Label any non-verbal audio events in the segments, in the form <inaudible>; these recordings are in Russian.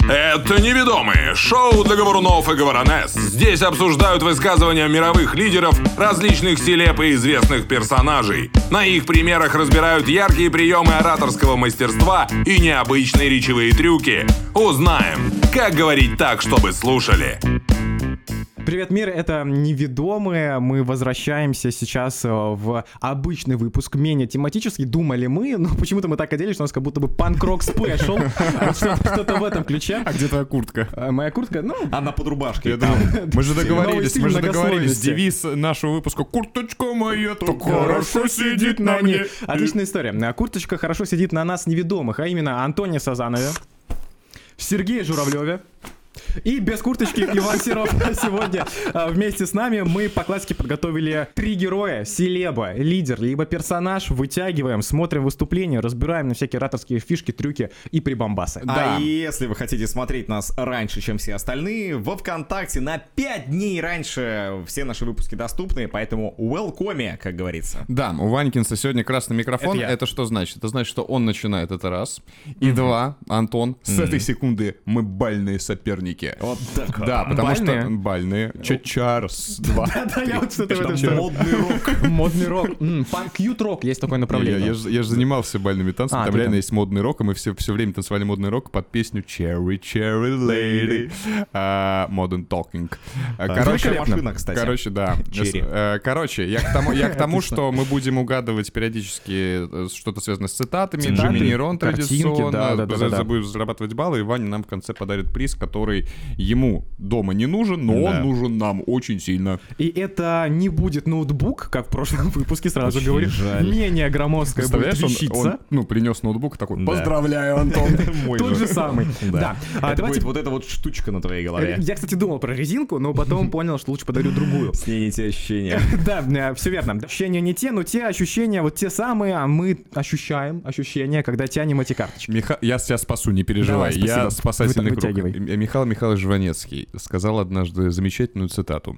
Это «Неведомые» — шоу для говорунов и говоронесс. Здесь обсуждают высказывания мировых лидеров, различных селеп и известных персонажей. На их примерах разбирают яркие приемы ораторского мастерства и необычные речевые трюки. Узнаем, как говорить так, чтобы слушали. Привет, мир, это «Неведомые». Мы возвращаемся сейчас э, в обычный выпуск, менее тематический, думали мы, но <laughs> почему-то мы так оделись, что у нас как будто бы панк-рок спешл. <laughs> Вот Что-то что-то в этом ключе. А где твоя куртка? Э, Моя куртка, ну, Она под рубашкой. Я думаю, мы же Новый договорились, стиль мы же договорились. многослойности. Девиз нашего выпуска «Курточка моя так хорошо сидит на мне». Отличная история. А Курточка хорошо сидит на нас неведомых, а именно Антоне Сазанове, Сергее Журавлеве. И без курточки Иван Серов <laughs> сегодня а, вместе с нами. Мы по классике подготовили три героя. Селеба, лидер, либо персонаж. Вытягиваем, смотрим выступления, разбираем на всякие ораторские фишки, трюки и прибамбасы. Да, и если вы хотите смотреть нас раньше, чем все остальные, во ВКонтакте на 5 дней раньше все наши выпуски доступны, поэтому welcome, как говорится. Да, у Ванькинса сегодня красный микрофон. Это я. Это, что значит? Это значит, что он начинает, это раз. И два, Антон, с этой секунды мы бальные соперники. Вот так вот. Да, потому что... Бальные? Бальные. Ча- Чарс два. <laughs> Да, я вот что-то в этом Конечно, что- модный рок. Модный рок. М, панк- Кьют-рок есть такое Я, направление. я же, я же занимался бальными танцами, А, там ты реально там. есть модный рок, и мы все, все время танцевали модный рок под песню Cherry Cherry Lady, а, Modern Talking. А, Хорошая машина, кстати. Короче, да. Черри. Э, Короче, я к тому, я к <laughs> тому что мы будем угадывать периодически э, что-то связанное с цитатами, Цитаты, Джимми Нейрон картинки, традиционно, да, да, да, за- да, да. будем зарабатывать баллы, и Ваня нам в конце подарит приз, который ему дома не нужен, но Да. он нужен нам очень сильно. И это не будет ноутбук, как в прошлом <laughs> выпуске сразу Очень говорю. жаль. Менее громоздкая будет Представляешь, он- он, вещица. ну, принес ноутбук и такой, Да. поздравляю, Антон. Мой Тот же же. самый. Да. <laughs> Да. А, Это будет Давайте. Э, вот эта вот штучка на твоей голове. Я, кстати, думал про резинку, но <laughs> потом понял, что лучше подарю другую. С ней не те ощущения. <laughs> Да, все верно. Ощущения не те, но те ощущения, вот те самые, а мы ощущаем ощущения, когда тянем эти карточки. Миха- Я тебя спасу, не переживай. Давай, спасибо. я спасательный Вы там круг. вытягивай. М- Михаил Михайлович Жванецкий сказал однажды замечательную цитату.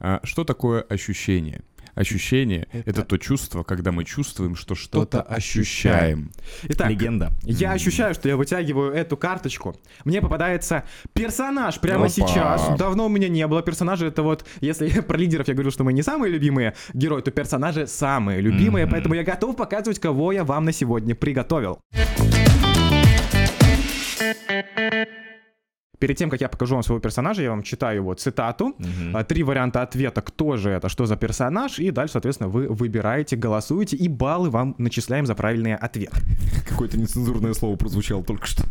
А, Что такое ощущение? Ощущение — это... то чувство, когда мы чувствуем, что что-то ощущаем. Итак, Легенда. я ощущаю, что я вытягиваю эту карточку. Мне попадается персонаж прямо Опа. сейчас. Давно у меня не было персонажей. Это вот, если <laughs> про лидеров я говорю, что мы не самые любимые герои, то персонажи самые любимые. Поэтому я готов показывать, кого я вам на сегодня приготовил. Перед тем, как я покажу вам своего персонажа, я вам читаю его цитату. Мгм. А, Три варианта ответа, кто же это, что за персонаж, и дальше, соответственно, вы выбираете, голосуете, и баллы вам начисляем за правильный ответ. Какое-то нецензурное слово прозвучало только что.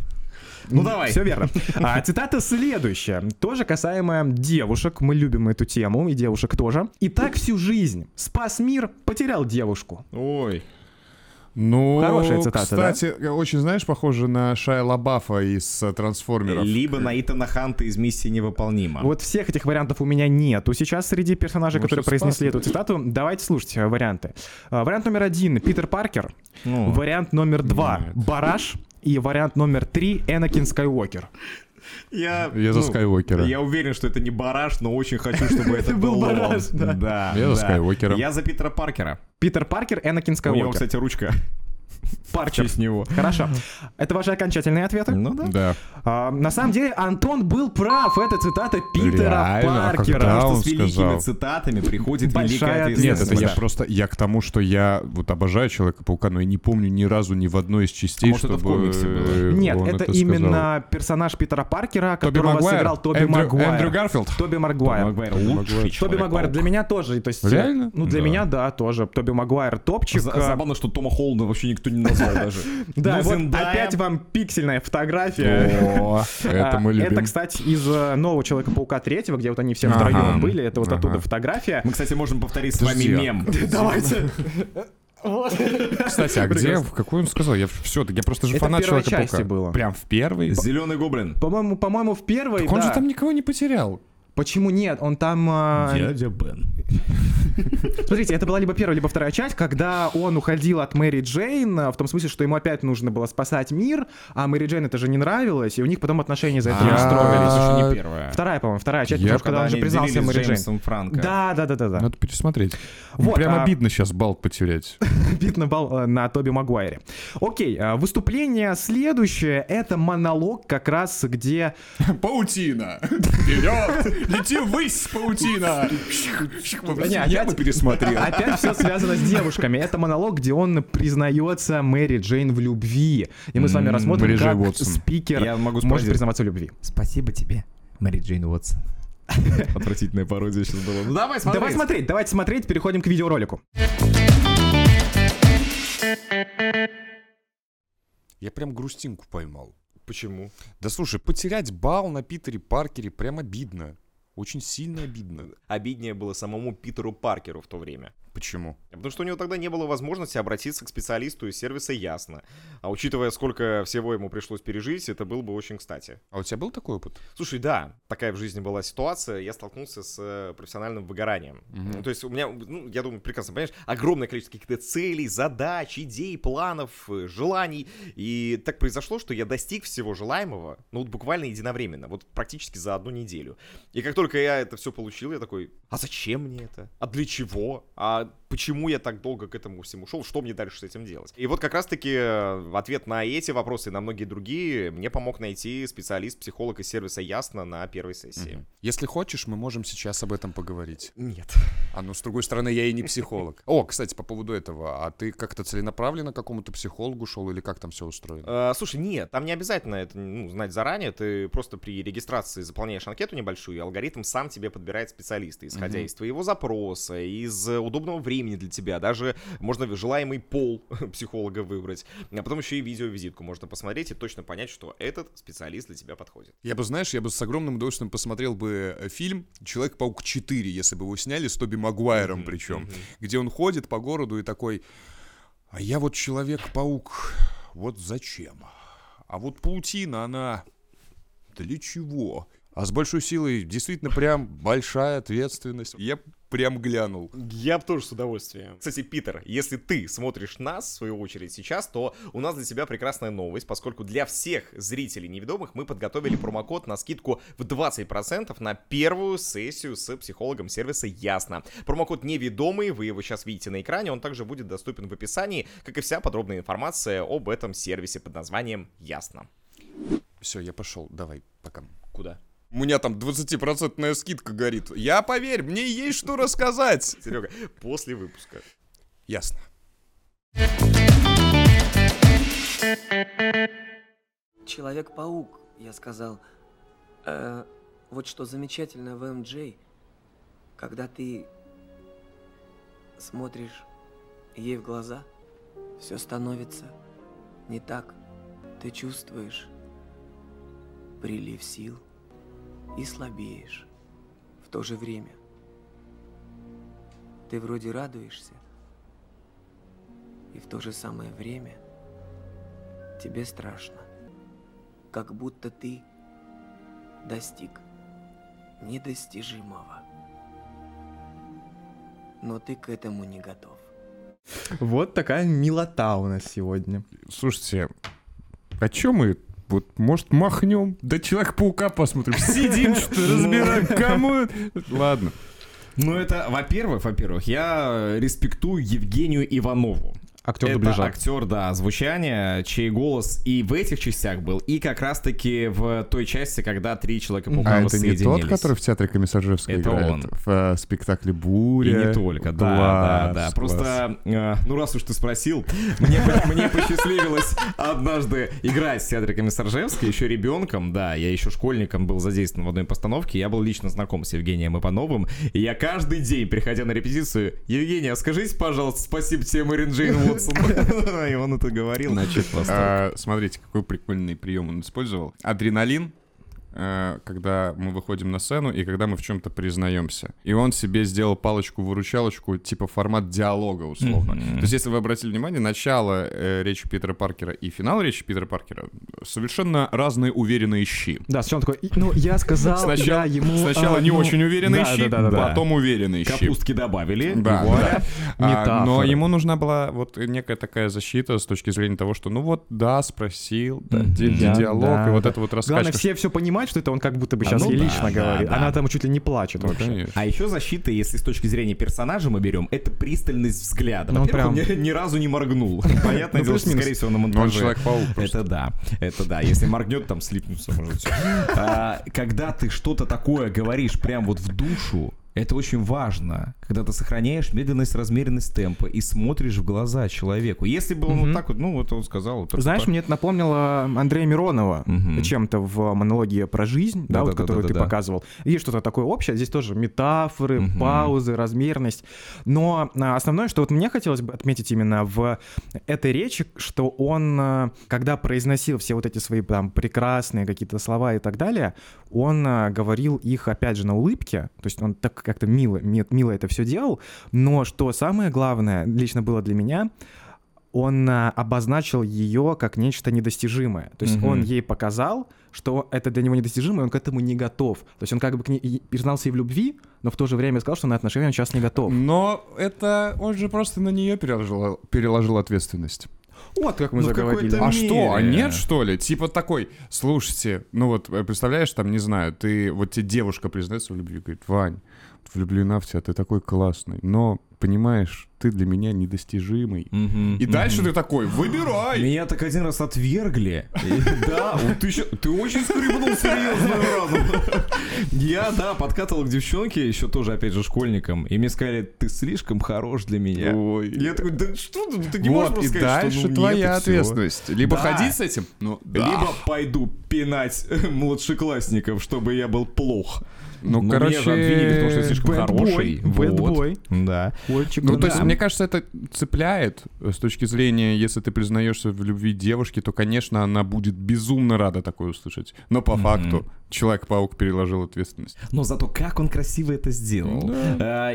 Ну давай. Все верно. А, цитата следующая, тоже касаемая девушек. Мы любим эту тему, и девушек тоже. И так всю жизнь. Спас мир, потерял девушку. Ой. Ну, Хорошая цитата, кстати, очень, знаешь, похоже на Шая Лабафа из э, «Трансформеров». Либо на Итана Ханта из миссии невыполнима. Вот всех этих вариантов у меня нету сейчас среди персонажей, Ну, Может, которые спас произнесли эту цитату. Давайте слушать э, варианты. А, вариант номер один — Питер Паркер. Ну. Вариант номер два — Нет. Бараш. И вариант номер три — Энакин Скайуокер. Я, Я за ну, Скайуокера. Я уверен, что это не бараш, но <laughs> очень хочу, чтобы это был он. бараш, да. Да. Я за да. Скайуокера. Я за Питера Паркера. Питер Паркер, Энакин У него, Скайуокер. кстати, ручка. Паркер. Честь него. Хорошо. Это ваши окончательные ответы? Ну да. Да. А, на самом деле Антон был прав. Это цитата Питера Реально? А Паркера. когда он Потому что с великими сказал. цитатами приходит Большая великая Нет, ответственность. ответственность. это я Да. просто, я к тому, что я вот обожаю Человека-паука, но я не помню ни разу ни в одной из частей, А может, это в чтобы, комиксе было? э, Нет, он это, сказал. именно персонаж Питера Паркера, Тоби которого Магуайр? сыграл Тоби Эндрю- Магуайр. Эндрю Гарфилд? Тоби Магуайр. Магуайр лучший Тоби Магуайр для меня тоже, то есть э, Реально? ну для Да. меня да тоже. Тоби Магуайр топчик. За- А, Забавно, что Тома Холланда вообще никто не назвал даже. <laughs> Да, Ну Но вот Зендая- опять вам пиксельная <laughs> фотография. О, это А, мы любим. Это, кстати, из э, нового Человека-паука третьего, где вот они все Ага. втроем были. Это вот Ага. оттуда фотография. Мы, кстати, можем повторить с вами Подожди, а <laughs> мем. Давайте. <laughs> Кстати, а где, Прекрасно. в какой он сказал? Я все, я просто же Это в фанат первой Человека-паука. части было. Прям в первой? Зеленый гоблин. По-моему, по-моему, в первой. Он же да. там никого не потерял. э, Почему нет? Он там. а, Бен. Смотрите, это была либо первая, либо вторая часть, когда он уходил от Мэри Джейн, а, в том смысле, что ему опять нужно было спасать мир, а Мэри Джейн это же не нравилось, и у них потом отношения за это А, расстроились. это еще не первая. Вторая, по-моему, вторая часть, Я- потому что когда он они же признался делились с Мэри Джейн. Джеймсом Франко. Да, да, да, да, <laughs> да. Надо пересмотреть. Вот, Прям а- обидно сейчас балл <laughs> потерять. Битный бал э, на Тоби Магуайре. Окей, а, выступление следующее. Это монолог как раз, где... Паутина! Вперед! Лети ввысь, паутина! Я бы пересмотрел. Опять все связано с девушками. Это монолог, где он признается Мэри Джейн в любви. И мы с вами М, рассмотрим, Мэри Джей как Уотсон. спикер Я могу может спойлерить. признаваться в любви. Спасибо тебе, Мэри Джейн <laughs> Уотсон. Отвратительная пародия сейчас была. Ну давай смотреть. Давай смотреть, давайте смотреть, переходим к видеоролику. Я прям грустинку поймал. Почему? Да слушай, потерять балл на Питере Паркере прям обидно. Очень сильно обидно. Обиднее было самому Питеру Паркеру в то время. Почему? Потому что у него тогда не было возможности обратиться к специалисту из сервиса «Ясно». А учитывая, сколько всего ему пришлось пережить, это было бы очень кстати. А у тебя был такой опыт? Слушай, да, такая в жизни была ситуация. Я столкнулся с э, профессиональным выгоранием. Ну, То есть у меня, ну, я думаю, прекрасно понимаешь, огромное количество каких-то целей, задач, идей, планов, э, желаний. И так произошло, что я достиг всего желаемого, ну вот буквально единовременно, вот практически за одну неделю. И как только я это все получил, я такой, а зачем мне это? А для чего? А почему я так долго к этому всему шел? Что мне дальше с этим делать? И вот как раз-таки э, ответ на эти вопросы и на многие другие мне помог найти специалист-психолог из сервиса Ясно на первой сессии. Если хочешь, мы можем сейчас об этом поговорить. Нет. А ну, с другой стороны, я и не психолог. О, кстати, по поводу этого. А ты как-то целенаправленно к какому-то психологу шел или как там все устроено? Э, Слушай, нет, там не обязательно это ну, знать заранее. Ты просто при регистрации заполняешь анкету небольшую, и алгоритм сам тебе подбирает специалиста, исходя из твоего запроса, из э, удобного времени для тебя. Даже можно желаемый пол <laughs> психолога выбрать. А потом еще и видеовизитку можно посмотреть и точно понять, что этот специалист для тебя подходит. Я бы, знаешь, я бы с огромным удовольствием посмотрел бы э, фильм «Человек-паук 4», если бы его сняли с Тоби Магуайром причем, где он ходит по городу и такой, а я вот Человек-паук, вот зачем? А вот паутина, она для чего? А с большой силой действительно прям большая ответственность. Я прям глянул. Я бы тоже с удовольствием. Кстати, Питер, если ты смотришь нас, в свою очередь, сейчас, то у нас для тебя прекрасная новость, поскольку для всех зрителей неведомых мы подготовили промокод на скидку в 20% на первую сессию с психологом сервиса «Ясно». Промокод неведомый, вы его сейчас видите на экране, он также будет доступен в описании, как и вся подробная информация об этом сервисе под названием «Ясно». Все, я пошел, давай, пока. Куда? У меня там 20% скидка горит. Я поверь, мне есть что рассказать. Серега, после выпуска. Ясно. Человек-паук, я сказал. «Э, вот что замечательно в МДЖ, когда ты смотришь ей в глаза, все становится не так. Ты чувствуешь прилив сил и слабеешь в то же время. Ты вроде радуешься, и в то же самое время тебе страшно как будто ты достиг недостижимого. Но ты к этому не готов. Вот такая милота у нас сегодня. Слушайте, а чё мы вот, может, махнем? Да Человек-паука посмотрим. <laughs> Сидим, что ли, <laughs> разбираем, кому... это? Ладно. Ну это, во-первых, во-первых, я респектую Евгению Иванову. Актер это дубляжа. актер, да, звучания, чей голос и в этих частях был, и как раз-таки в той части, когда три человека А паука это не тот, воссоединились. который в театре Комиссаржевской Это играет? он. В э, спектакле «Буря». И не только, да, да, да. Просто, э, ну раз уж ты спросил, мне, по- <laughs> мне посчастливилось однажды играть в театре Комиссаржевской, еще ребенком, да, я еще школьником был задействован в одной постановке, я был лично знаком с Евгением Ипановым, и я каждый день, приходя на репетицию, Евгений, а скажите, пожалуйста, спасибо тебе, Мэрин Джейн Уотсон. <laughs> И он это говорил. Значит, а, смотрите, какой прикольный прием он использовал. Адреналин э, когда мы выходим на сцену и когда мы в чем-то признаемся. И он себе сделал палочку-выручалочку, типа формат диалога условно. То есть, если вы обратили внимание, начало э, речи Питера Паркера и финал речи Питера Паркера совершенно разные уверенные щи. Да, сначала такой, «И- ну, я сказал, я Сначала, ему... сначала а, не ну, очень уверенные да, щи, да, да, да, да. потом уверенные щи. Капустки добавили. Да, и вуаля. да. А, но Метафора. ему нужна была вот некая такая защита с точки зрения того, что ну вот да, спросил, да, ди- ди- Да, диалог, да, и вот да. это вот раскачка. Главное, все все понимают, что это он как будто бы А, сейчас ну ей да, лично да, говорит. да. Она там чуть ли не плачет Ну, вообще. конечно. А еще защита, если с точки зрения персонажа мы берем, это пристальность взгляда. Ну, Во-первых, прям- он ни, ни разу <laughs> не моргнул. Понятное Ну, дело, что, плюс-минус. скорее всего, на Но он монтаже. человек-паук просто. Это да, это да. Если моргнет, там слипнется, может быть. А, Когда ты что-то такое говоришь прям вот в душу, это очень важно, когда ты сохраняешь медленность, размеренность темпа и смотришь в глаза человеку. Если бы он вот так вот, ну вот он сказал, вот так Знаешь, вот. мне это напомнило Андрея Миронова Мгм. чем-то в монологе про жизнь, да, Да, вот да, да, которую да, ты да. показывал. Есть что-то такое общее, здесь тоже метафоры, паузы, размерность. Но а, основное, что вот мне хотелось бы отметить именно в этой речи, что он, а, когда произносил все вот эти свои там прекрасные какие-то слова и так далее, он а, говорил их, опять же, на улыбке, то есть он так как-то мило, ми- мило это все делал, но что самое главное лично было для меня, он а, обозначил ее как нечто недостижимое. То есть он ей показал, что это для него недостижимо, и он к этому не готов. То есть он как бы к ней и признался ей в любви, но в то же время сказал, что на отношения он сейчас не готов. Но это он же просто на нее переложил, переложил ответственность. Вот как мы Ну, в заговорили. какой-то А мере. что, а нет, что ли? Типа такой, слушайте, ну вот, э, представляешь, там, не знаю, ты, вот тебе девушка признается в любви, говорит, Вань, влюблена в тебя, ты такой классный, но, понимаешь, ты для меня недостижимый. Мгм. И дальше ты такой, выбирай! Меня так один раз отвергли. И Да, вот ты еще- ты очень скрипнул серьезно разу. Я, да, подкатывал к девчонке, еще тоже, опять же, школьником, и мне сказали, ты слишком хорош для меня. Ой. Я такой, да что ты, ты не можешь Вот, и просто сказать, дальше что ну, нет, твоя и всё». ответственность. Либо Да. ходи с этим, ну, Либо пойду пинать <laughs> младшеклассников, чтобы я был плох. Ну, Но короче, меня же обвинили, потому что я слишком bad boy, хороший. bad Вот. boy. Да. Кольчик, Ну, то да. есть, мне кажется, это цепляет э, с точки зрения, если ты признаешься в любви девушки, то, конечно, она будет безумно рада такое услышать. Но по факту Человек-паук переложил ответственность. А Но зато как он красиво это сделал.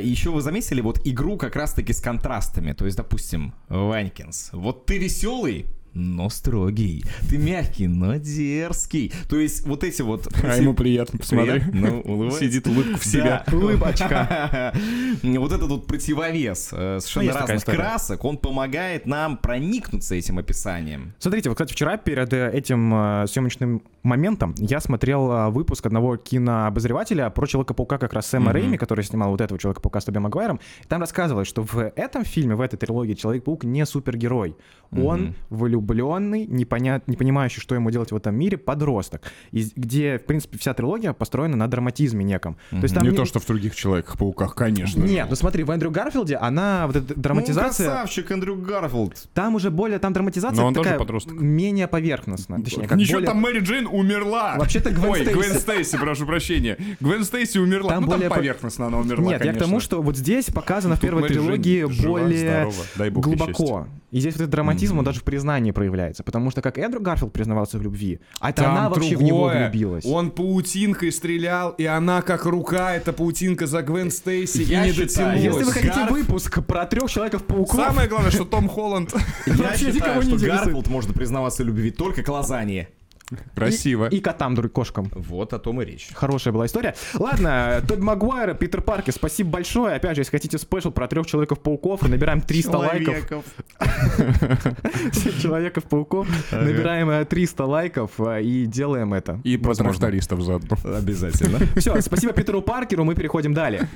еще вы заметили вот игру как раз-таки с контрастами. То есть, допустим, Ванькинс, вот ты веселый, но строгий. Ты мягкий, но дерзкий. То есть вот эти вот... А <laughs> ему приятно, посмотри. приятно, улыбается. Сидит улыбку в себя. Да. <laughs> Улыбочка. <laughs> Вот этот вот противовес э, совершенно есть такая разных история. красок, он помогает нам проникнуться этим описанием. Смотрите, вот, кстати, вчера перед э, этим э, съемочным моментом я смотрел э, выпуск одного кинообозревателя про Человека-паука как раз Сэма Рейми, который снимал вот этого Человека-паука с Тоби Магуайром. И там рассказывалось, что в этом фильме, в этой трилогии Человек-паук не супергерой. Он влюбленный, непонят... не понимающий, что ему делать в этом мире, подросток. И з- где, в принципе, вся трилогия построена на драматизме неком. То есть там Не то, что в других Человеках-пауках, конечно. Нет, ну смотри, в Эндрю Гарфилде она, вот эта Ну, драматизация... красавчик Эндрю Гарфилд. Там уже более, там драматизация Но он тоже такая подросток. менее поверхностная. Точнее, как Ничего, более- там Мэри Джейн умерла. Вообще-то Гвен Ой, Гвен Стейси. Стейси, прошу прощения. Гвен Стейси умерла. Там ну, более по- там поверхностно она умерла, Нет, я к тому, конечно. что вот здесь показано в Тут первой Мэри Джейн трилогии жива, более здорова. Дай бог ей глубоко. И здесь вот этот драматизм, он даже в признании проявляется. Потому что как Эндрю Гарфилд признавался в любви, а это Там она вообще в него другое. влюбилась. Он паутинкой стрелял, и она как рука, эта паутинка за Гвен Стейси, Я и не считаю, дотянулась. А Если вы хотите Гарф- выпуск про трех человеков пауков, Самое главное, что Том Холланд... Я вообще никого считаю, не что интересует. Гарфилд можно признаваться в любви только к лазанье. <laughs> Красиво. и котам, друг кошкам. Вот о том и речь. Хорошая была история. Ладно, Тодд Магуайра, Питер Паркер, спасибо большое. Опять же, если хотите спешл про трех человеков-пауков, набираем 300 лайков. <laughs> Человеков-пауков, набираем э, 300 лайков э, и делаем это. И про трактористов заодно. <laughs> Обязательно. Все, спасибо Питеру Паркеру, мы переходим далее.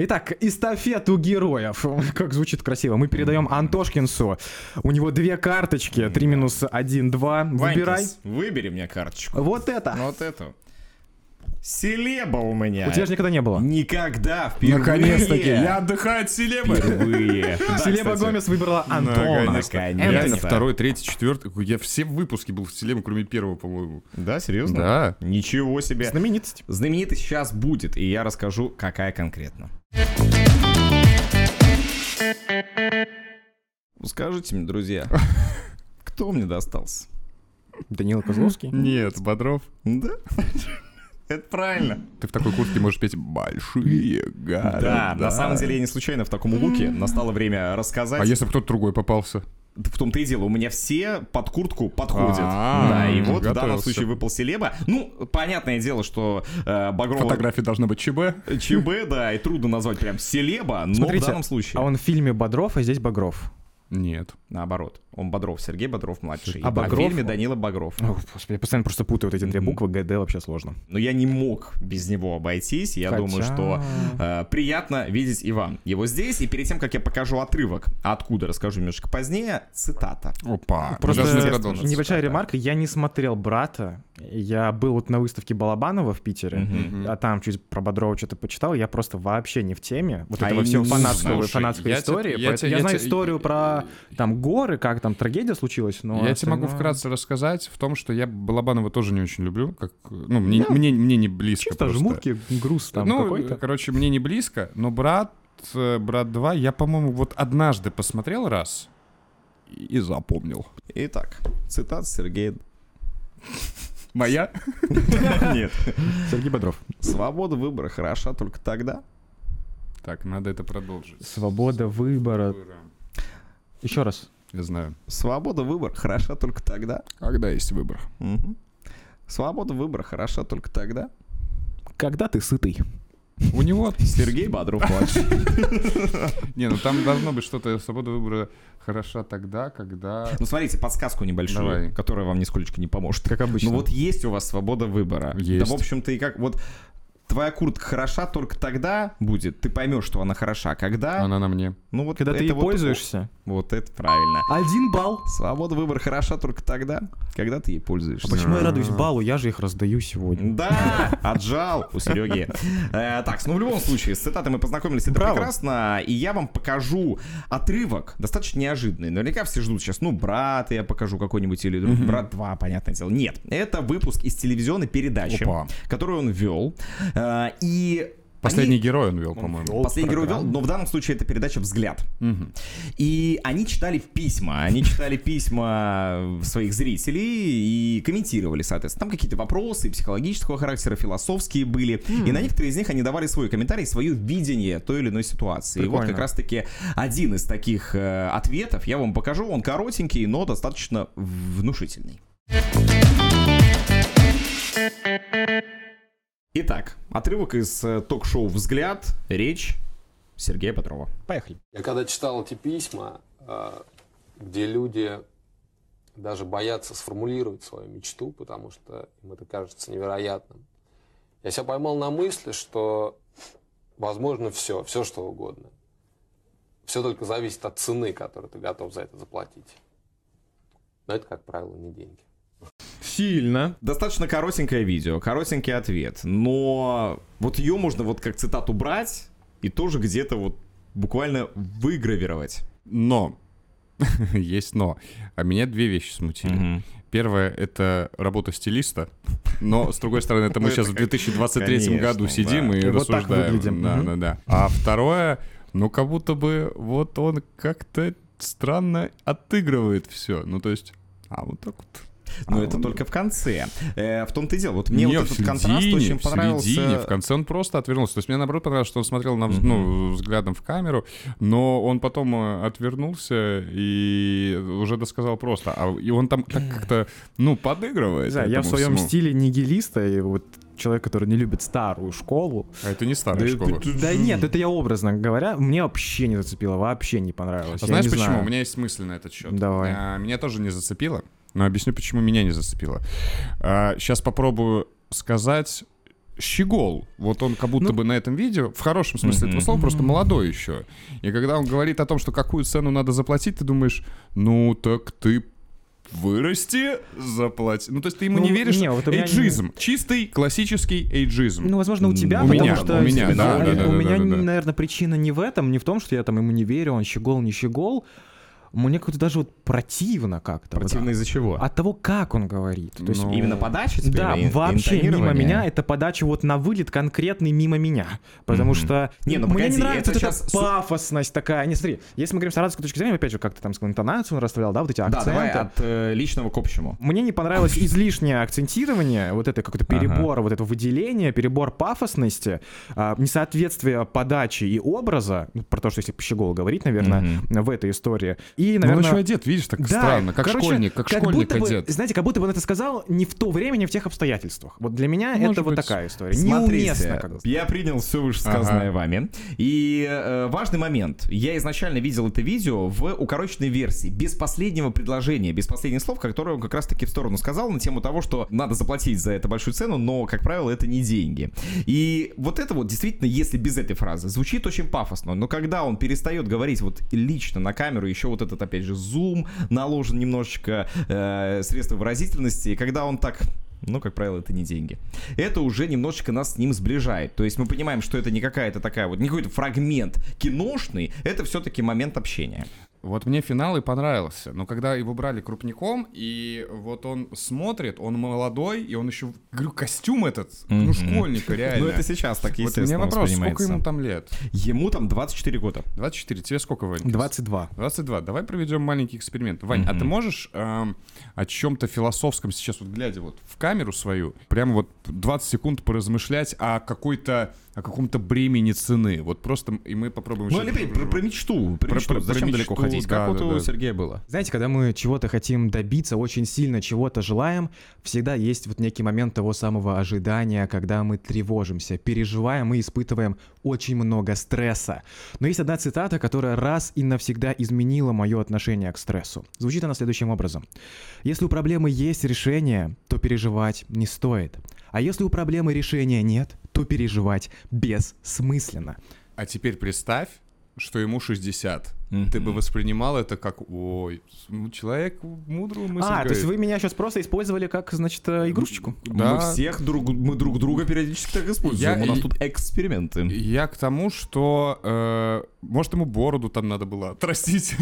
Итак, эстафету героев. <laughs> Как звучит красиво. Мы передаем Антошкинсу. У него две карточки. 3 минус 1, 2. Выбирай. Ванькис, Выбери мне карточку. Вот это. Вот эту. Селеба у меня. У тебя же никогда не было. Никогда <laughs> впервые. отдыхаю от селебы. Впервые. Селеба Гомес выбрала Антона. Наконец-то. Реально, Наконец-то. второй, третий, четвертый. Я все выпуски был в селебе, кроме первого, по-моему. Да, серьезно? Да. Ничего себе. Знаменитость. Знаменитый сейчас будет, и я расскажу, какая конкретно. <laughs> Скажите мне, друзья, Кто мне достался? Данила Козловский? Нет, Бодров. Да. <laughs> Это правильно. Ты в такой куртке можешь петь «Большие города». Да, на самом деле я не случайно в таком луке. Настало время А рассказать. если бы кто-то другой попался? Да В том-то и дело, у меня все под куртку подходят. А, Да, и вот в данном готовился. случае выпал Селеба. Ну, понятное дело, что э, Багрова Фотографии должно быть ЧБ. ЧБ, да, и трудно назвать прям Селеба, но в Смотрите, данном случае А он в фильме Бодров, а здесь Багров. Нет. наоборот. Он Бодров, Сергей Бодров младший. А Багров- в фильме Данила Багров. О, господи, я постоянно просто путаю вот эти две буквы, ГД вообще сложно. Но я не мог без него обойтись. Я Хотя- думаю, что э, приятно видеть и вам его здесь. И перед тем, как я покажу отрывок, а откуда расскажу немножко позднее, цитата. Опа. Просто Ужасный Мирадонос. небольшая ремарка. Я не смотрел «Брата». Я был вот на выставке Балабанова в Питере, а там чуть про Бодрова что-то почитал. Я просто вообще не в теме вот А этого и всего не фанатского, слушай, фанатской я те- истории. я поэтому Я, те- я знаю те- историю про там горы, как там трагедия случилась, но... ну, Я тебе могу остальное- вкратце рассказать в том, что я Балабанова тоже не очень люблю. Как, ну, мне, мне, мне не близко Чисто просто. жмурки, груз там ну, какой-то. короче, мне не близко, но брат, э, брат 2, я, по-моему, вот однажды посмотрел раз и и запомнил. Итак, цитат Сергея. Моя? <laughs> Нет. Сергей Бодров. Свобода выбора хороша только тогда, Так, надо это продолжить. Свобода выбора. Еще раз. Я знаю. Свобода выбора хороша только тогда. А Когда есть выбор? Мгм. Свобода выбора хороша только тогда. Когда ты сытый? У него... Сергей Бодров младший. Не, ну там должно быть что-то. Свобода выбора хороша тогда, когда... Ну, смотрите, подсказку небольшую, Давай. которая вам нисколечко не поможет. Как обычно. Ну, вот есть у вас свобода выбора. Есть. Да, в общем-то, и как... Вот твоя куртка хороша только тогда будет, ты поймешь, что она хороша. а Когда... Она на мне. Ну, вот Когда ты это ей вот- пользуешься? Вот это правильно. Один балл. Свобода выбора хороша только тогда, когда ты ей пользуешься. Почему я А. радуюсь баллу? Я же их раздаю сегодня. Да, отжал у Сереги. Э, Так, ну в любом случае, с цитатой мы познакомились, это Браво. прекрасно. И я вам покажу отрывок, достаточно неожиданный. Наверняка все ждут сейчас, ну, брат, я покажу какой-нибудь или друг, брат 2, понятное дело. Нет, это выпуск из телевизионной передачи, Опа. которую он вел. Э, И Последний они- герой он вел, по-моему. Последний герой вел, но в данном случае это передача «Взгляд». И они читали письма, они читали письма своих зрителей и комментировали, соответственно. Там какие-то вопросы психологического характера, философские были. И на некоторые из них они давали свой комментарий, свое видение той или иной ситуации. И вот Прикольно. как раз-таки один из таких э, ответов я вам покажу. Он коротенький, но достаточно внушительный. Итак, отрывок из э, ток-шоу «Взгляд», речь Сергея Петрова. Поехали. Я когда читал эти письма, э, где люди даже боятся сформулировать свою мечту, потому что им это кажется невероятным, я себя поймал на мысли, что возможно все, все что угодно. Все только зависит от цены, которую ты готов за это заплатить. Но это, как правило, не деньги. Сильно. Достаточно коротенькое видео, коротенький ответ, но вот ее можно вот как цитату брать и тоже где-то вот буквально выгравировать. Но. <laughs> Есть но. А меня две вещи смутили. Первое — это работа стилиста. Но, с другой стороны, это мы сейчас в 2023 году конечно, сидим да. и Вот так рассуждаем. выглядим. Да, Мгм. да, да. А второе, ну, как будто бы вот он как-то странно отыгрывает все. Ну, то есть... А вот так вот. Но А, это он- только в конце. Э, в том-то и дело. Вот мне Не, вот этот контраст очень понравился. В середине, в конце он просто отвернулся. То есть мне наоборот понравилось, что он смотрел на, вз- ну, взглядом в камеру, но он потом э, отвернулся и уже досказал просто. А, и он там так как-то, ну, подыгрывает. Да, я в этому своем всему. стиле нигилиста и вот человек, который не любит старую школу. А это не старая школа. Ну, Да нет, это я образно говоря, мне вообще не зацепило, вообще не понравилось. А Я знаешь не почему? знаю. У меня есть мысль на этот счет. А, Давай. меня тоже не зацепило, но объясню, почему меня не зацепило. сейчас попробую сказать. Щегол, вот он как будто Ну. бы на этом видео, в хорошем смысле этого слова, просто молодой еще. И когда он говорит о том, что какую цену надо заплатить, ты думаешь, ну так ты вырасти, заплати. Ну то есть ты ему Ну, не веришь. не, вот у меня не- эйджизм. Чистый классический эйджизм. Ну, возможно, у тебя, У потому меня, что у меня, да, а, да, да, у да, меня, да, да. наверное, причина не в этом, не в том, что я там ему не верю, он щегол, не щегол. мне как-то даже вот противно как-то. вот Противно из-за чего? от того, как он говорит. То есть, Ну, А, Именно подача теперь да, или ин- вообще мимо интонирование? меня это подача вот на вылет конкретный мимо меня. Потому что Не, ну мне погоди, не нравится это вот эта щас су- пафосность такая. Не, смотри, если мы говорим с арабской точки зрения, опять же, как ты там сказал, интонацию он расставлял, да, вот эти Да, акценты. давай от э, личного к общему. Мне не понравилось излишнее акцентирование, вот это какой-то перебор, вот этого выделения, перебор пафосности, а, несоответствие подачи и образа, ну, про то, что если пощегол говорить, наверное, в этой истории. И, Ну, он еще наверное, одет, видишь, так да, странно, как короче, школьник, как, школьник будто бы, одет. Знаете, как будто бы он это сказал не в то время, не в тех обстоятельствах. Вот для меня Может это вот быть. такая история. Смотрите, Неуместно как бы. я принял все вышесказанное вами. И э, важный момент. Я изначально видел это видео в укороченной версии, без последнего предложения, без последних слов, которое он как раз-таки в сторону сказал на тему того, что надо заплатить за это большую цену, но, как правило, это не деньги. И вот это вот действительно, если без этой фразы, звучит очень пафосно, но когда он перестает говорить вот лично на камеру, еще вот этот, опять же, зум наложен немножечко, э, средства выразительности, и когда он так ну, как правило, это не деньги. Это уже немножечко нас с ним сближает. То есть мы понимаем, что это не какая-то такая вот, не какой-то фрагмент киношный, это все-таки момент общения. Вот мне финал и понравился. Но когда его брали крупником, и вот он смотрит, он молодой, и он еще, говорю, костюм этот, ну, школьника, реально. Ну, это сейчас так, Вот у меня естественно, вопрос, сколько воспринимается. ему там лет? Ему там 24 года. 24, тебе сколько, Вань? 22. 22. Давай проведем маленький эксперимент. Вань, а ты можешь эм, о чем-то философском сейчас, вот глядя вот в камеру свою, прямо вот 20 секунд поразмышлять о какой-то, о каком-то бремени цены? Вот просто, и мы попробуем... Ну, сейчас- или про, про мечту. Про Про- мечту. про- про Зачем далеко мечту, ходить? да, как вот да, у да. Сергея было. Знаете, когда мы чего-то хотим добиться, очень сильно чего-то желаем, всегда есть вот некий момент того самого ожидания, когда мы тревожимся, переживаем и испытываем очень много стресса. Но есть одна цитата, которая раз и навсегда изменила мое отношение к стрессу. Звучит она следующим образом. Если у проблемы есть решение, то переживать не стоит. А если у проблемы решения нет, то переживать бессмысленно. А теперь представь, что ему 60. Ты бы воспринимал это как, ой, ну, человек мудрую мысль а, то есть говорит». вы меня сейчас просто использовали как, значит, э, игрушечку? Да. Мы всех друг, мы друг друга периодически так используем. Я- у нас и- тут эксперименты. Я к тому, что, э, может, ему бороду там надо было отрастить.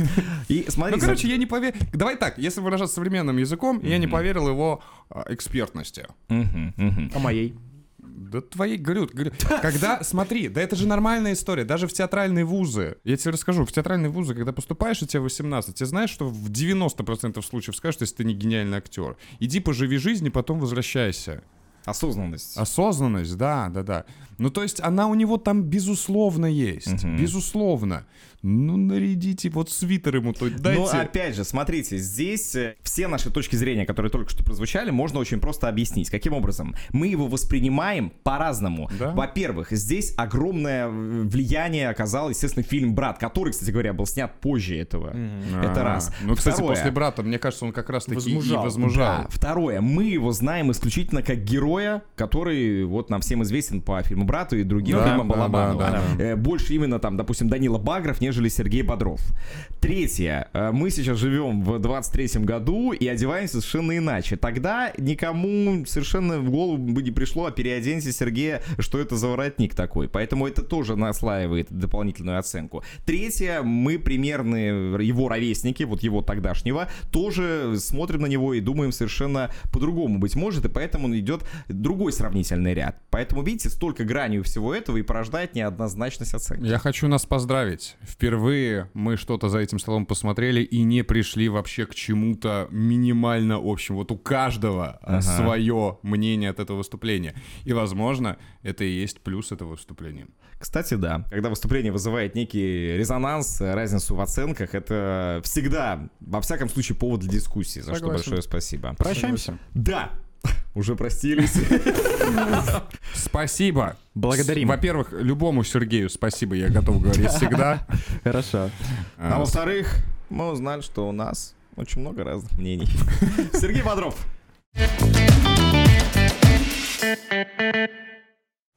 И смотрите, Ну, короче, я не поверил. Давай так, если выражаться современным языком, я не поверил его а, экспертности. Мгм, мгм. А моей? Да твои, говорю, говорю. когда, смотри, да это же нормальная история, даже в театральные вузы. Я тебе расскажу, в театральные вузы, когда поступаешь, и тебе 18, тебе знаешь, что в 90% случаев скажут, если ты не гениальный актер, иди поживи жизнь и потом возвращайся. осознанность. Осознанность, да, да, да. Ну, то есть она у него там безусловно есть, безусловно. Ну, нарядите вот свитер ему, то дайте. Но опять же, смотрите, здесь э, все наши точки зрения, которые только что прозвучали, можно очень просто объяснить. Каким образом? Мы его воспринимаем по-разному. Да. Во-первых, здесь огромное э, влияние оказал, естественно, фильм «Брат», который, кстати говоря, был снят позже этого. Это А, раз. Ну, кстати, Второе. после брата, мне кажется, он как раз-таки Возмужал. и возмужал. Да. Второе, мы его знаем исключительно как героя, который вот нам всем известен по фильму «Брату» и другим Да, фильмам да, Балабанова. да, да. Э, Больше именно там, допустим, Данила Багров, нежели Сергей Бодров. Третье, э, мы сейчас живем в 23-м году и одеваемся совершенно иначе. Тогда никому совершенно в голову бы не пришло, а переоденься, Сергея, что это за воротник такой. Поэтому это тоже наслаивает дополнительную оценку. Третье, мы примерные его ровесники, вот его тогдашнего, тоже смотрим на него и думаем совершенно по-другому, быть может, и поэтому он идет другой сравнительный ряд. Поэтому, видите, столько гранью всего этого и порождает неоднозначность оценки. Я хочу нас поздравить. Впервые мы что-то за этим столом посмотрели и не пришли вообще к чему-то минимально общему. Вот у каждого а, свое мнение от этого выступления. И, возможно, это и есть плюс этого выступления. Кстати, да, когда выступление вызывает некий резонанс, э, разницу в оценках, это всегда, во всяком случае, повод для дискуссии, за что Согласен. большое спасибо. Прощаемся. Да! <laughs> Уже простились. Спасибо. Благодарим. С- Во-первых, любому Сергею спасибо, я готов <laughs> говорить всегда. Хорошо. А во-вторых, мы узнали, что у нас очень много разных мнений. Сергей Бодров.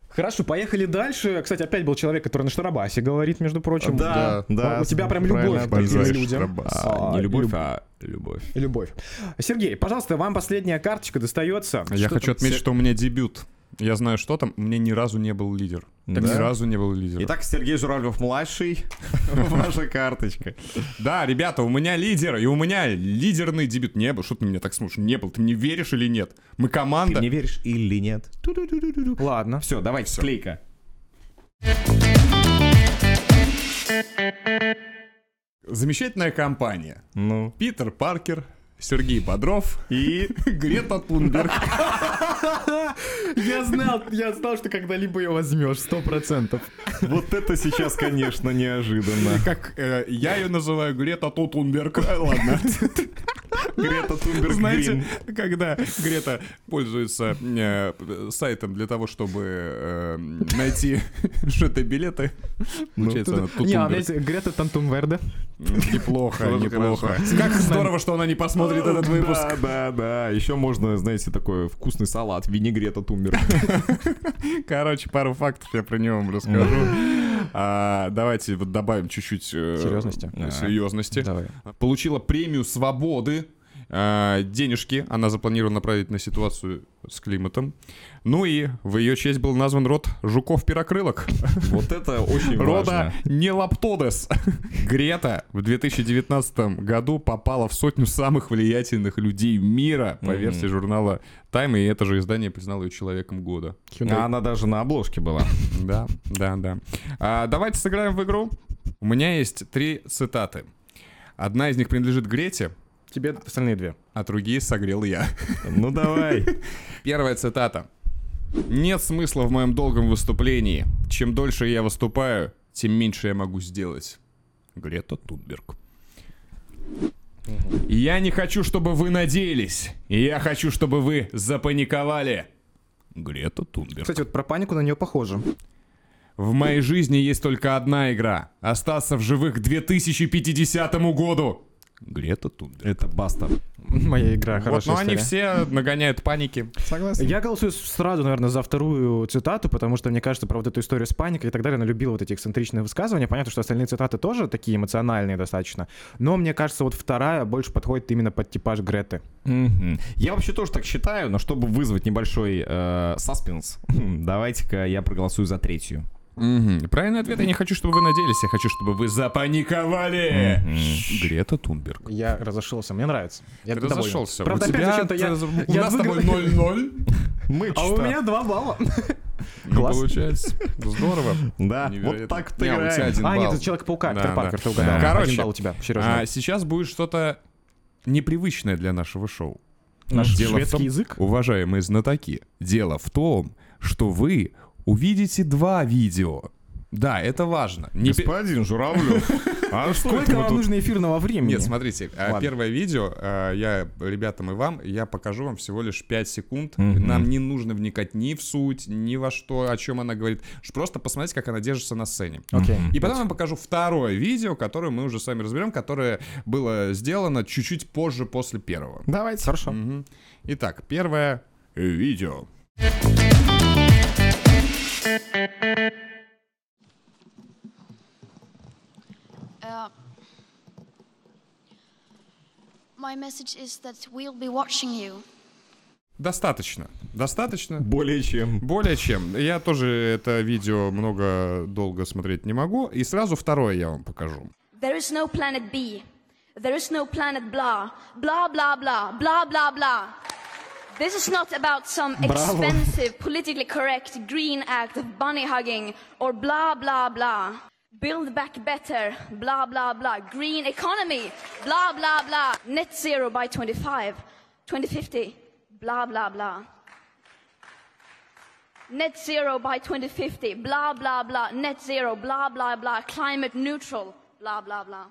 Хорошо, поехали дальше. Кстати, опять был человек, который на штарабасе говорит, между прочим. Да, Ну, да. У тебя прям любовь к таким обожаю людям. Штарабас. А, Не любовь, люб- а любовь. Любовь. Сергей, пожалуйста, вам последняя карточка достается. Я хочу отметить, что у меня дебют. Я знаю, что там. У меня ни разу не был лидер. Так ни разу не был лидером. Итак, Сергей Журавлев-младший, <laughs> ваша карточка. Да, ребята, у меня лидер, и у меня лидерный дебют. Не был, что ты меня так смотришь? Не был, ты мне веришь или нет? Мы команда. Не веришь или нет? Ладно. Все, давайте, склейка. Замечательная компания. Ну. Питер Паркер, Сергей Бодров и <laughs> Грета Тунберг. Я знал, я знал, что когда-либо ее возьмешь, сто процентов. Вот это сейчас, конечно, неожиданно. Как э, я ее называю Грета Тутунберг. Э, Ладно. Грета Тунберг Знаете, Грин. когда Грета пользуется э, сайтом для того, чтобы э, найти что-то билеты, Ну, получается она Не, а Тутунберг. знаете, Грета Тантумверде. Неплохо, неплохо. Как здорово, что она не посмотрит этот выпуск. Да, да, да. Еще можно, знаете, такой вкусный салат, винегрет от <laughs> умер. Короче, пару фактов я про него вам расскажу. А, давайте вот добавим чуть-чуть э, Серьезности? э, серьезности. Давай. Получила премию свободы. э, денежки она запланирована направить на ситуацию с климатом. Ну и в ее честь был назван род жуков-пирокрылок. Вот это очень Рода важно. Нелаптодес. Грета в 2019 году попала в сотню самых влиятельных людей мира по версии журнала Time, и это же издание признало ее человеком года. А Она даже на обложке была. Да, да, да. А, давайте сыграем в игру. У меня есть три цитаты. Одна из них принадлежит Грете, Тебе остальные две. а другие согрел я. <laughs> Ну давай. Первая цитата. Нет смысла в моем долгом выступлении. Чем дольше я выступаю, тем меньше я могу сделать. Грета Тунберг. Я не хочу, чтобы вы надеялись. Я хочу, чтобы вы запаниковали. Грета Тунберг. Кстати, вот про панику на нее похоже. В моей жизни есть только одна игра. Остаться в живых к 2050 году. Грета Тунберг. Это баста. Моя игра, Вот, хорошая но они история. все нагоняют паники. Согласен. Я голосую сразу, наверное, за вторую цитату, потому что мне кажется, про вот эту историю с паникой и так далее, она любила вот эти эксцентричные высказывания. Понятно, что остальные цитаты тоже такие эмоциональные достаточно, но мне кажется, вот вторая больше подходит именно под типаж Греты. Мгм. Я вообще тоже так считаю, но чтобы вызвать небольшой э, саспенс, хм, давайте-ка я проголосую за третью. Правильный ответ. Я не хочу, чтобы вы надеялись. Я хочу, чтобы вы запаниковали. Грета Тунберг. Я разошелся, мне нравится. Я Ты доволен. разошелся. Правда, у опять тебя... зачем-то я- У я нас с тобой выиграл. 0-0. Мы А у меня два балла. Ну, получается. Здорово. Да, Невероятно. вот так ты Не, у тебя играешь. один А, нет, балл. это Человек-паука, Да, Питер да. Паркер, ты угадал. Короче, Один балл у тебя, А, Сережа. сейчас будет что-то непривычное для нашего шоу. Наш дело в шведский том- язык. Уважаемые знатоки, дело в том, что вы увидите два видео. Да, это важно. Не пе- Господин Журавлев, <laughs> а что это Сколько мы вам тут? нужно эфирного времени? ну Нет, смотрите, а, Ладно. первое видео а, я ребятам и вам, я покажу вам всего лишь 5 секунд. Нам не нужно вникать ни в суть, ни во что, о чем она говорит. Ш- Просто посмотрите, как она держится на сцене. Окей. И потом я вам покажу второе видео, которое мы уже с вами разберем, которое было сделано чуть-чуть позже после первого. Давайте. Хорошо. Мгм. Итак, первое видео. Uh, my message is that we'll be watching you. Достаточно. Достаточно. Более чем. Более чем. Я тоже это видео много долго смотреть не могу. И сразу второе я вам покажу. There is no planet B. There is no planet blah. Blah, blah, blah. Blah, blah, blah. This is not about some expensive, politically correct green act of bunny hugging or blah, blah, blah. Build back better, blah, blah, blah. Green economy, blah, blah, blah. Net zero by 25, 2050, blah, blah, blah. Net zero by 2050, blah, blah, blah. Net zero, blah, blah, blah. Climate neutral, blah, blah, blah.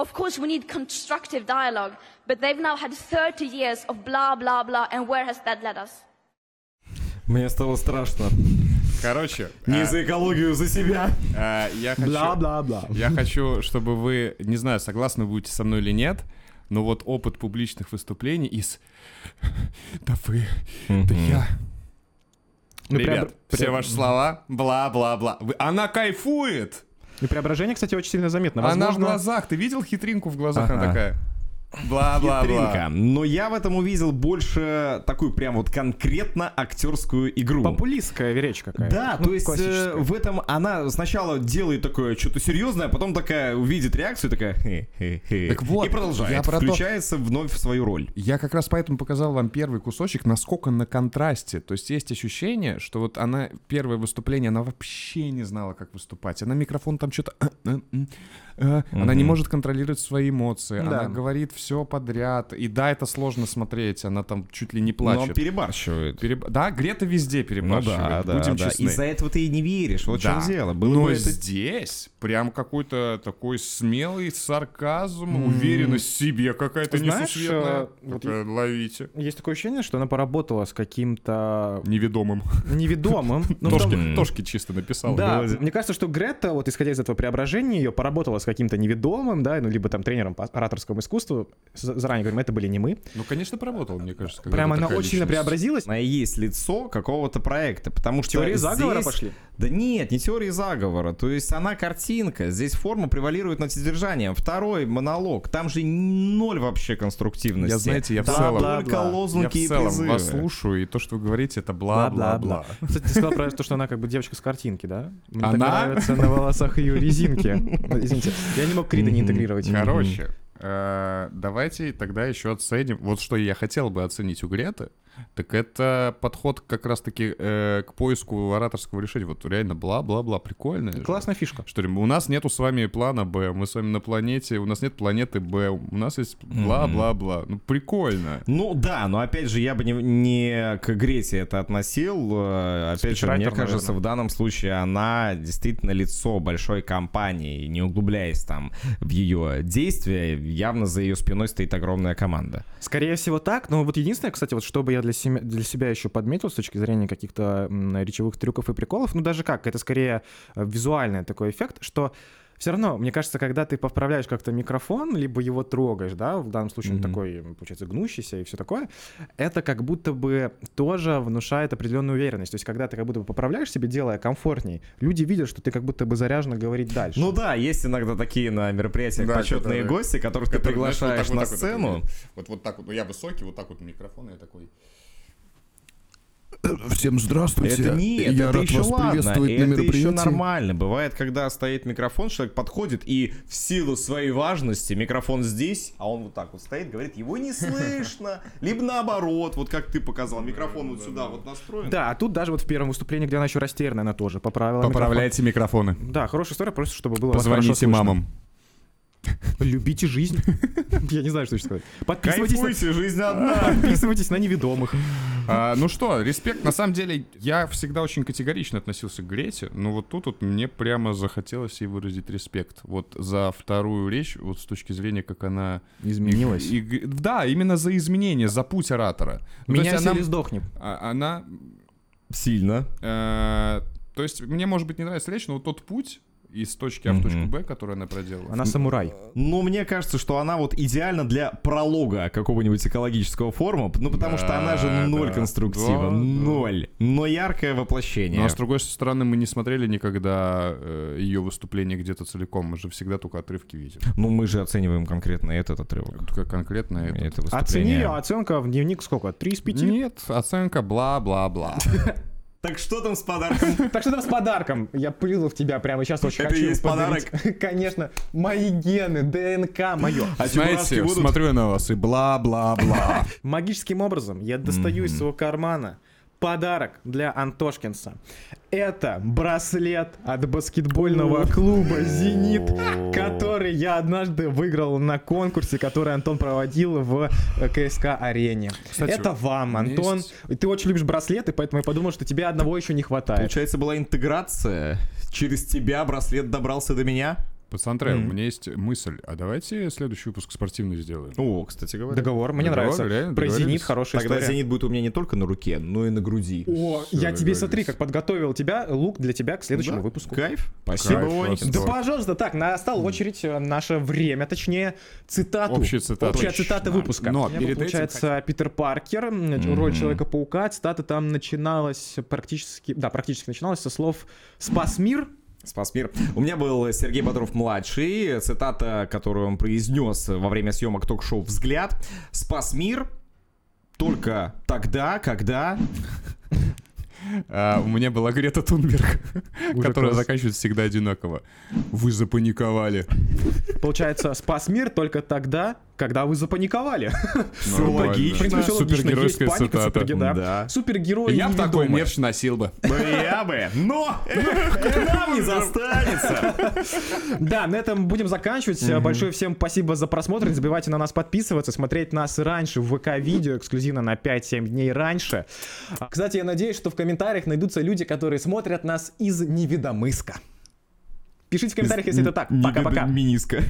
Of course, we need constructive dialogue, but they've now had 30 years of blah, blah, blah, and where has that led us? Мне стало страшно. Короче, Не а, за экологию, за себя. а, я хочу... Бла-бла-бла. Я хочу, чтобы вы, не знаю, согласны будете со мной или нет, но вот опыт публичных выступлений из «Да вы, да я». Ну, прям- Ребят, все прям- ваши слова, бла-бла-бла. Вы- Она кайфует! И ну, преображение, кстати, очень сильно заметно. Она в Возможно, глазах. Ты видел хитринку в глазах? Она Ага. такая. Бла-бла-бла. Хитринка. Но я в этом увидел больше такую прям вот конкретно актерскую игру. Популистская речь какая-то. Да, Ну, то есть э, классическая. в этом она сначала делает такое что-то серьезное, а потом такая увидит реакцию, такая хе-хе-хе. Так вот, и продолжает, я про то- включается вновь в свою роль. Я как раз поэтому показал вам первый кусочек, насколько на контрасте. То есть есть ощущение, что вот она, первое выступление, она вообще не знала, как выступать. Она микрофон там э, что-то... э, Она не может контролировать свои эмоции. Да. Она говорит все подряд. И да, это сложно смотреть. Она там чуть ли не Но он плачет. перебарщивает. Переб- Да, Грета везде Ну перебарщивает. да, да, Будем да. честны. Из-за этого ты и не веришь. Вот Да. Ну, в чем дело. Было Но бы это здесь прям какой-то такой смелый сарказм, уверенность в себе какая-то Знаешь, несусветная. э, вот Такая, Ловите. Есть такое ощущение, что она поработала с каким-то Неведомым. <laughs> неведомым. Ну, в том- Тошки, Тошки чисто написал. Да, мне кажется, что Грета, вот исходя из этого преображения, ее поработала с каким-то неведомым, да, ну, либо там тренером по ораторскому искусству. З- Заранее говорим, это были не мы. Ну, конечно, поработал, мне кажется. когда Прям она такая очень сильно личность. преобразилась. Она и есть лицо какого-то проекта, потому что Теории заговора здесь- пошли? Да нет, не теории заговора. То есть она картинка, здесь форма превалирует над содержанием. Второй монолог, там же ноль вообще конструктивности. Я, знаете, я в Там целом- только Бла-бла. Я в лозунги и целом призывы. вас слушаю, и то, что вы говорите, это бла-бла-бла. Кстати, ты сказал про то, что она как бы девочка с картинки, да? Мне так Она? нравится на волосах ее резинки. <laughs> Извините, я не мог Крида не интегрировать. Короче, э, давайте тогда еще оценим. Вот что я хотел бы оценить у Греты, так это подход как раз-таки э, к поиску ораторского решения. Вот реально бла-бла-бла, прикольно. же. Классная фишка. Что ли, у нас нету с вами плана Б, мы с вами на планете, у нас нет планеты Б, у нас есть бла-бла-бла. Ну, прикольно. Ну да, но опять же, я бы не, не к Грете это относил. Э, Опять же, мне Спичрайтер, кажется, наверное. в данном случае она действительно лицо большой компании, не углубляясь там в ее действия, явно за ее спиной стоит огромная команда. Скорее всего так, но вот единственное, кстати, вот что бы я для, семя- для себя еще подметил с точки зрения каких-то м, речевых трюков и приколов, ну даже как, это скорее э, визуальный такой эффект, что все равно, мне кажется, когда ты поправляешь как-то микрофон, либо его трогаешь, да, в данном случае он такой, м, получается, гнущийся и все такое, это как будто бы тоже внушает определенную уверенность. То есть, когда ты как будто бы поправляешь себе, делая комфортней, люди видят, что ты как будто бы заряженно говорить дальше. Ну да, есть иногда такие на мероприятиях Да, почетные которые- гости, которых ты Который, знаешь, вот приглашаешь так вот на так вот сцену. такой, Вот, вот так вот, ну я высокий, вот так вот микрофон, и я такой... Всем здравствуйте. Это нет, это еще ладно, это еще нормально. Бывает, когда стоит микрофон, человек подходит и в силу своей важности микрофон здесь, а он вот так вот стоит, говорит, его <laughs> не слышно, либо наоборот, вот как ты показал, микрофон вот сюда вот настроен. Да, а тут даже вот в первом выступлении, где она еще растерянная, она тоже поправила микрофон. Поправляйте микрофоны. Да, хорошая история, просто чтобы было вас хорошо Позвоните слышно. мамам. Любите жизнь. <laughs> Я не знаю, что еще сказать. Подписывайтесь, на- Кайфуйте, жизнь одна. <laughs> подписывайтесь на неведомых. А, ну что, респект. На самом деле, я всегда очень категорично относился к Грете, но вот тут вот мне прямо захотелось ей выразить респект. Вот за вторую речь, вот с точки зрения, как она... Изменилась. И- и- да, именно за изменение, за путь оратора. Ну, то Меня есть она- сели сдохни. а- она Сильно. Э, То есть мне, может быть, не нравится речь, но вот тот путь из точки А в точку Б, который она проделала. Она самурай. Но Ну, мне кажется, что она вот идеально для пролога какого-нибудь экологического форума, ну потому что она же ноль да. Да, конструктива, да. ноль, но яркое воплощение. Ну, а с другой стороны, мы не смотрели никогда ее выступление где-то целиком. Мы же всегда только отрывки видим. Ну, мы же оцениваем конкретно этот отрывок. Только конкретно это. Это Оцени выступление. ее, а оценка в дневник сколько? 3 из 5? Нет, оценка <laughs> бла-бла-бла. Так что там с подарком? Так что там с подарком. Я плюнул в тебя прямо сейчас очень Это хочу. и есть подарить. <laughs> Конечно, мои гены, ДНК мое. А Знаете, смотрю я на вас и бла-бла-бла. Магическим образом я достаю из своего кармана подарок для Антошкинса. Это браслет от баскетбольного клуба «Зенит», который я однажды выиграл на конкурсе, который Антон проводил в КСК-арене. Кстати, Это вам, у меня Антон. есть- Ты очень любишь браслеты, поэтому я подумал, что тебе одного еще не хватает. Получается, была интеграция. Через тебя браслет добрался до меня. Пацан Трев, у меня есть мысль. А давайте следующий выпуск спортивный сделаем. О, кстати говоря. Договор, мне Договор, нравится. реально Про договорились. «Зенит» хорошая Тогда история. зенит будет у меня не только на руке, но и на груди. О, я тебе, смотри, как подготовил тебя, лук для тебя к следующему Да, выпуску. Кайф. Спасибо, Кайф Вань. просто. Да, Вот. пожалуйста, так, настала очередь э, наше время, точнее, цитату. Общая цитата. Общая Точно. цитата выпуска. Но У меня перед был, этим получается, Питер Паркер, м, э, роль Человека-паука, цитата там начиналась практически, да, практически начиналась со слов «Спас мир, Спас мир. У меня был Сергей Бодров-младший. Цитата, которую он произнес во время съемок ток-шоу «Взгляд». «Спас мир только тогда, когда...» А, у меня была Грета Тунберг, <laughs> Уже которая класс. заканчивается всегда одинаково. Вы запаниковали. Получается, спас мир только тогда, когда вы запаниковали. Все В принципе, всё логично. Супергеройская Есть паника, цитата. суперге- да. Да. Супергерои Я в такой неведомы. мерч носил бы. Я бы, но нам не застанется. <laughs> Да, на этом будем заканчивать. Э, Большое всем спасибо за просмотр. Не забывайте на нас подписываться, смотреть нас раньше в ВК-видео, эксклюзивно на 5-7 дней раньше. А, Кстати, я надеюсь, что в комментариях найдутся люди, которые смотрят нас из неведомыска. Пишите в комментариях, если это так. Пока-пока. Миниска.